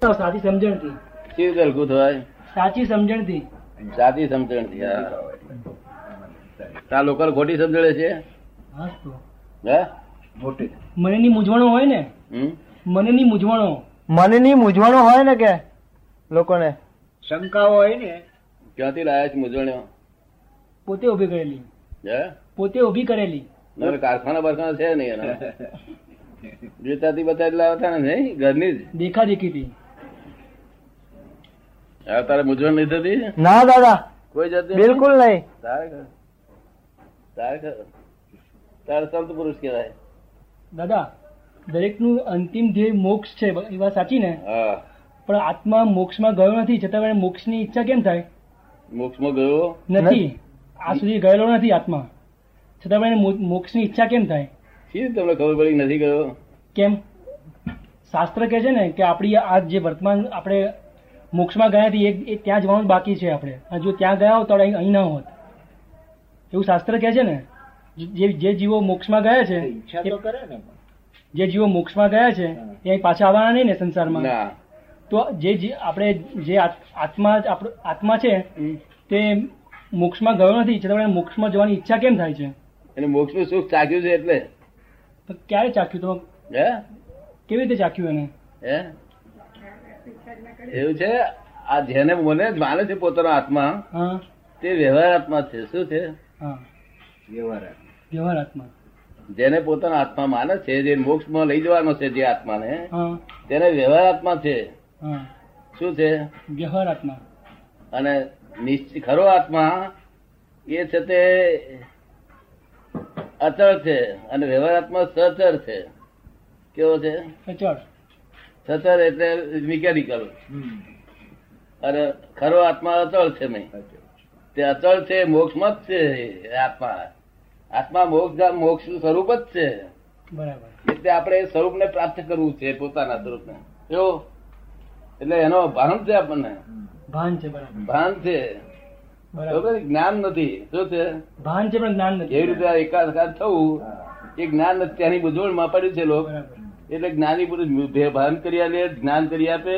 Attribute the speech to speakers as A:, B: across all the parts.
A: તો સાચી સમજણથી
B: કેવી રીતે હલકું થવાય
A: સાચી સમજણથી
B: સાચી સમજણ થી આ લોકો ખોટી સમજણે છે
A: હાસ તો.
B: હે
C: મોટી
A: મનની મૂંઝવણો હોય ને
B: હમ?
A: મનની મૂંઝવણો
D: મનની મૂંઝવણો હોય ને કે લોકોને
C: શંકાઓ હોય ને
B: ક્યાંથી લાયા છે મૂંઝવણ્યો
A: પોતે ઉભી કરેલી
B: હે
A: પોતે ઉભી કરેલી
B: નકર કારખાના બારખાના છે નહીં એનો જોતાથી બધા જ લાવતા ને નહીં ઘરની જ
A: દેખા દેખીતી
B: હવે તારે મૂંઝવણ નહીં થતી
D: ના દાદા
B: કોઈ જતી
D: બિલકુલ નહીં
B: તારે ખરું. તારે ખરું. તારે સંત પુરુષ કહેવાય
A: દાદા દરેકનું અંતિમ ધ્યેય મોક્ષ છે એ વાત સાચી ને
B: હા
A: પણ આત્મા મોક્ષમાં ગયો નથી છતાં પણ મોક્ષની ઈચ્છા કેમ થાય
B: મોક્ષમાં ગયો
A: નથી આ સુધી ગયેલો નથી આત્મા છતાં પણ એને મો- મોક્ષની ઈચ્છા કેમ થાય
B: શી રીતે તમને ખબર પડી કે નથી ગયો
A: કેમ શાસ્ત્ર કહે છે ને કે આપણી આ જે વર્તમાન આપણે મોક્ષમાં ગયા હતી એ- એ ત્યાં જવાનું બાકી છે આપણે અને જો ત્યાં ગયા હોત તો આપણે અહીં ના હોત એવું શાસ્ત્ર કહે છે ને જે જે જીવો મોક્ષમાં ગયા છે
C: ઈચ્છા તો કરે ને પણ.
A: જે જીવો મોક્ષમાં ગયા છે એ અહીં પાછા આવવાના નહીં ને સંસારમાં
B: ના
A: તો જે જી- આપણે જે આત- આત્મા આપણો આત્મા છે તે મોક્ષમાં ગયો નથી છતાં પણ એને મોક્ષમાં જવાની ઈચ્છા કેમ થાય છે
B: એને મોક્ષનું સુખ ચાખ્યું છે એટલે
A: તો ક્યારે ચાખ્યું તમે
B: હે
A: કેવી રીતે ચાખ્યું એને
B: હે એવું છે આ જેને મને જ માને છે પોતાનો આત્મા
A: હા
B: તે વ્યવહાર આત્મા છે શું છે
A: હા
C: વ્યવહાર આવે.
A: વ્યવહાર આત્મા
B: જેને પોતાનો આત્મા માને છે જે મોક્ષમાં લઈ જવાનો છે જે આત્માને
A: હા
B: તેને વ્યવહાર આત્મા છે
A: હા
B: શું છે
A: વ્યવહાર આત્મા
B: અને નિશ્ચિત ખરો આત્મા એ છે તે અચળ છે અને વ્યવહાર આત્મા સચળ છે કેવો છે
A: સચળ
B: સચળ એટલે મિકેનિકલ
C: હમ.
B: અને ખરો આત્મા અચળ છે મેં
C: સાચું.
B: તે અચળ છે મોક્ષમાં જ છે એ આત્મા આત્મા મોક્ષ મોક્ષ સ્વરૂપ જ છે
A: બરાબર
B: એટલે આપણે એ સ્વરૂપને પ્રાપ્ત કરવું છે પોતાના સ્વરૂપને એવો એટલે એનો ભાન છે આપણને
A: ભાન છે બરાબર
B: ભાન છે
A: બરાબર
B: બરોબર? જ્ઞાન નથી શું છે
A: ભાન છે પણ જ્ઞાન નથી
B: એવી રીતે આ એકાકાર થવું
C: હા.
B: એ જ્ઞાન નથી ત્યાંની મૂંઝવણમાં પડ્યું છે લોકો
A: બરાબર
B: એટલે જ્ઞાની પુરુષ ભે- ભાન કરી આપે જ્ઞાન કરી આપે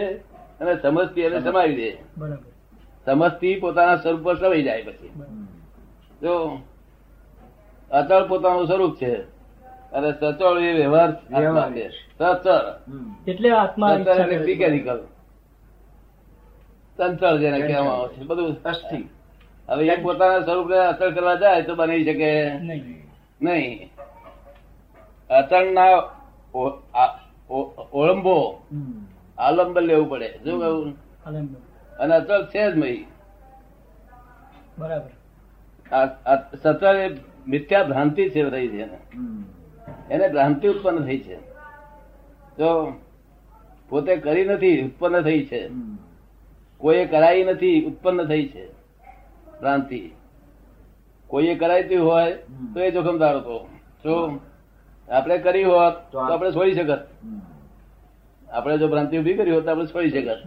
B: અને સમજતી એને સમાવી દે
A: બરાબર
B: સમજતી પોતાના સ્વરૂપ પર સમાઈ જાય પછી
A: બરાબર.
C: હમ.
B: જો અચળ પોતાનું સ્વરૂપ છે અને સચળ એ વ્યવહાર આત્મા છે સચળ
C: હમ.
A: એટલે આત્મા ઈચ્છા
B: તંત્ર એટલે
A: કરે છે.
B: મિકેનિકલ તંત્ર જેને કહેવામાં આવે છે બધું
C: અસ્થિ
B: હવે એક પોતાના સ્વરૂપને અસર કરવા જાય તો બની શકે
A: નહીં
B: નહીં અસરના ઓ- આ- ઓ- ઓળંબો
C: હમ.
B: આલંબન લેવું પડે શું કહ્યું
A: આનંદ.
B: અને અચળ છે જ નહીં
A: બરાબર
B: આ- આ સચળ એ મિથ્યા ભ્રાંતિ છે થઈ છે એને.
C: હમ.
B: એને ભ્રાંતિ ઉત્પન્ન થઈ છે તો પોતે કરી નથી ઉત્પન્ન થઈ છે
C: હમ.
B: કોઈએ કરાઈ નથી ઉત્પન્ન થઈ છે ભ્રાંતિ કોઈએ કરાઈતી હોય તો એ જોખમદાર હતો જો આપણે કરી હોત તો આપણે છોડી શકત
C: હમ.
B: આપણે જો ભ્રાંતિ ઉભી કરી હોત તો આપણે છોડી શકત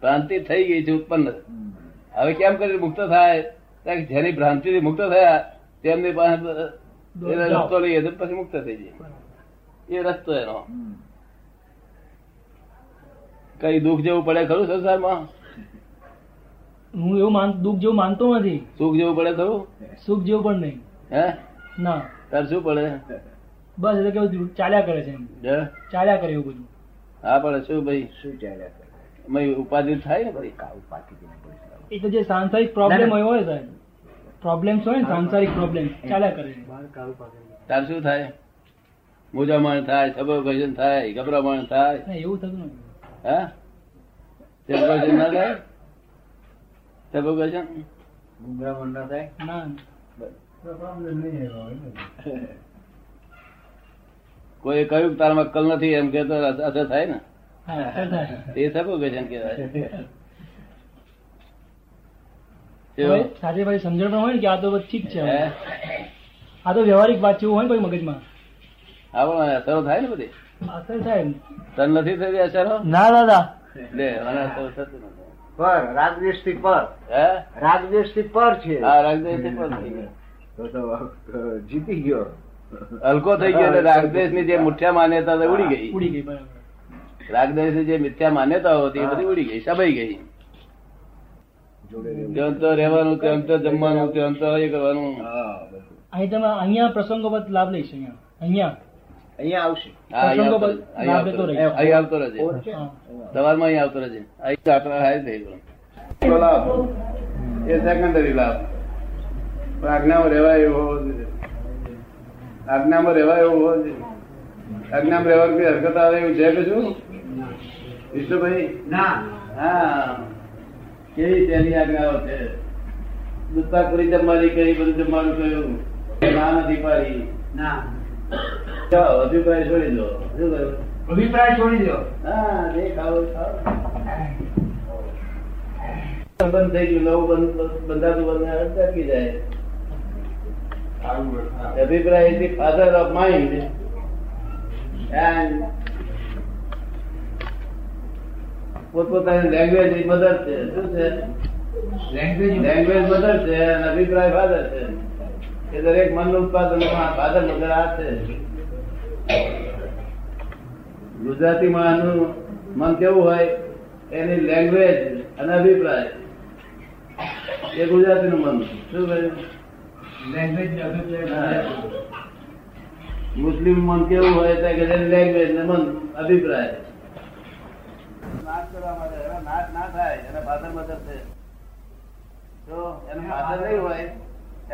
B: ભ્રાંતિ થઈ ગઈ છે ઉત્પન્ન
C: હમ.
B: હવે કેમ કરી મુક્ત થાય કારણ કે જેની ભ્રાંતિથી મુક્ત થયા તેમની પાસે એ રસ્તો લઈએ તો પછી મુક્ત થઈ જાય એ રસ્તો એનો
C: હમ.
B: કઈ દુઃખ જેવું પડે ખરું સંસારમાં
A: હું એવું માન દુઃખ જેવું માનતો નથી
B: સુખ જેવું પડે ખરું
A: સુખ જેવું પણ નહીં
B: હે
A: ના
B: તાર શું પડે
A: બસ એટલે કેવું થયું, ચાલ્યા કરે છે એમ
B: હે?
A: ચાલ્યા કરે એવું બધું
B: હા પણ શું ભાઈ
C: શું ચાલ્યા કરે?
B: એમાં ઉપાધિ થાય ને ભાઈ
C: કાવ પાકી ગઈને પડી ગયું.
A: એ તો જે સાંસારિક પ્રોબ્લેમ
C: ના, ના.
A: હોય હોય સાહેબ પ્રોબ્લેમ્સ હોય ને સાંસારિક પ્રોબ્લેમ ચાલ્યા કરે છે
B: તાર શું થાય મૂંઝામણ થાય સબોર્ગેશન થાય ગભરામણ થાય
A: ના, એવું થતું નથી
B: હા સબોર્ગેશન ના થાય સબોર્ગેશન
C: ગુંગળામણ ના થાય
A: ના
B: કોઈ કહ્યું કે તારામાં અક્કલ નથી એમ કે તો અસર થાય ને
A: હા અસર થાય.
B: એ સબોર્ગેશન કહેવાય
A: હવે
B: જો,
A: સાથે પછી સમજણ પણ હોય ને કે આ તો બધું ઠીક છે
B: હે?
A: આ તો વ્યવહારિક વાત જેવું હોય ને પછી મગજમાં
B: આવો ને, અસરો થાય ને બધી
A: અસર થાય ને.
B: તન નથી થતી અસરો
D: ના દાદા
B: લે મને અસર થતી નથી
C: પર રાગદેશથી પર
B: હે
C: રાગદેશથી પર છે
B: હા રાગદેશ પણ થઈ ગયો.
C: તો તો અ, જીતી ગયો
B: હલકો થઈ ગયો એટલે રાગદેશ ની જે મુઠ્યા માન્યતા હતી ઉડી ગઈ
A: ઉડી ગઈ બરાબર
B: રાગદેશની જે મિથ્યા માન્યતાઓ હતી એ
C: હા.
B: બધી ઉડી ગઈ સભાઈ ગઈ
C: જોડે
B: તેમ
C: રહેવું.
B: તો રહેવાનું તેમ તો જમવાનું તેમ તો એ કરવાનું
C: હા, બધું.
A: અહીં તમે અહીંયા પ્રસંગોબદ્ધ લાભ લઈશ અહીંયા અહીંયા
C: અહીંયા આવશે
B: હા, અહીં આવતો રહે. અહીં
A: લાભ લેતો
B: આવતો
A: રહે.
B: રહે. અહીં આવતો રહેજે
C: ઓર છે?
A: હા.
B: સવારમાં અહીં આવતો રહેજે અહીં તો આટલા હાય થઈ ગયો. તો લાભ એ સેકન્ડરી લાભ પણ આજ્ઞામાં રહેવાય એવો હોવો જોઈએ આજ્ઞામાં રહેવાય એવો હોવો જોઈએ આજ્ઞામાં રહેવાની કોઈ હરકત આવે એવું છે કશું વિષ્ણુભાઈ
C: ના
B: હા કેવી તેની આજ્ઞાઓ છે દુસ્તાખોરી જમવાની કહી બધું જમવાનું કહ્યું ના નથી પાડી
C: ના
B: જાઓ, અભિપ્રાય છોડી દો શું કહ્યું?
C: અભિપ્રાય છોડી દો
B: હા જે ખાઓ એ ખાઓ. બંધ થઈ ગયું નવું બંધ બંધાતું બંધ અટકી જાય અભિપ્રાય is the father of mind and પોતપોતાની લેંગ્વેજ મધર છે શું છે
C: લેંગ્વેજ
B: લેંગ્વેજ મધર છે અને અભિપ્રાય ફાધર છે એ દરેક મનનું ઉત્પાદન ફાધર મધર આ છે ગુજરાતી માનું મન કેવું હોય એની લેંગ્વેજ અને અભિપ્રાય એ ગુજરાતીનું મન શું કહે
C: લેંગ્વેજ
B: મુસ્લિમ મન કેવું હોય તો કે જેની લેંગ્વેજ ને મન અભિપ્રાય નાશ કરવા માટે એનો નાશ ના થાય એના ફાધર મધર છે તો એના ફાધર નહીં હોય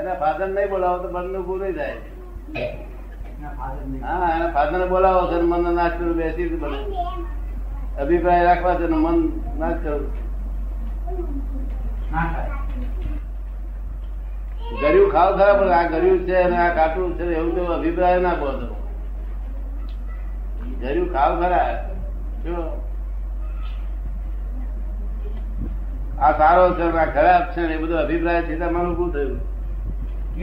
B: એના ફાધર નહીં બોલાવો તો મનનું ઊભું નહીં થાય હા એના ફાધર ને બોલાવો તો એનું મનનો નાશ કરવું બેસી રીતે બને અભિપ્રાય રાખવા છે એનું મન નાશ કરવું ગળ્યું ખાવ ખરા પણ આ ગળ્યું છે અને આ કાટું છે એવું તો અભિપ્રાય ના બોલો ગળ્યું ખાવ ખરા જો આ સારો છે અને આ ખરાબ છે ને એ બધું અભિપ્રાય સીધા મારું ઊભું થયું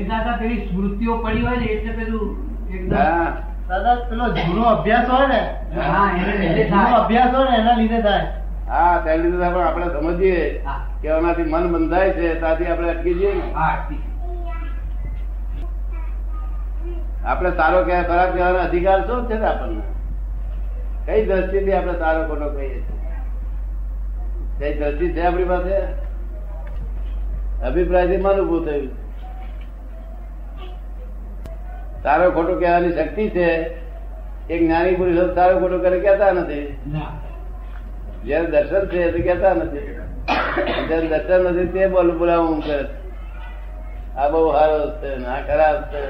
C: એ દાદા પેલી સ્મૃતિઓ પડી હોય ને એટલે પેલું એકદમ
B: હા
D: દાદા પેલો જૂનો અભ્યાસ હોય ને
C: હા, એને લીધે થાય.
D: જૂનો અભ્યાસ હોય ને એના લીધે થાય
B: હા તેની લીધે પણ આપણે સમજીએ
C: હા.
B: કે એનાથી મન બંધાય છે ત્યાંથી આપણે અટકી જઈએ ને
C: હા ઠીક.
B: આપણે સારો કહેવાય ખરાબ કહેવાનો અધિકાર શું છે ને આપણને કઈ દ્રષ્ટિથી આપણે સારો ખોટો કહીએ છીએ કઈ દ્રષ્ટિ છે આપણી પાસે અભિપ્રાયથી મન ઉભું થયું સારો ખોટો કહેવાની શક્તિ છે એક જ્ઞાની પુરુષો સારો ખોટો કરે કહેતા નથી
C: ના
B: જયારે દર્શન છે તે કહેતા નથી જયારે દર્શન નથી તે બોલ બોલાવું કરે આ બહુ સારો છે ને આ ખરાબ છે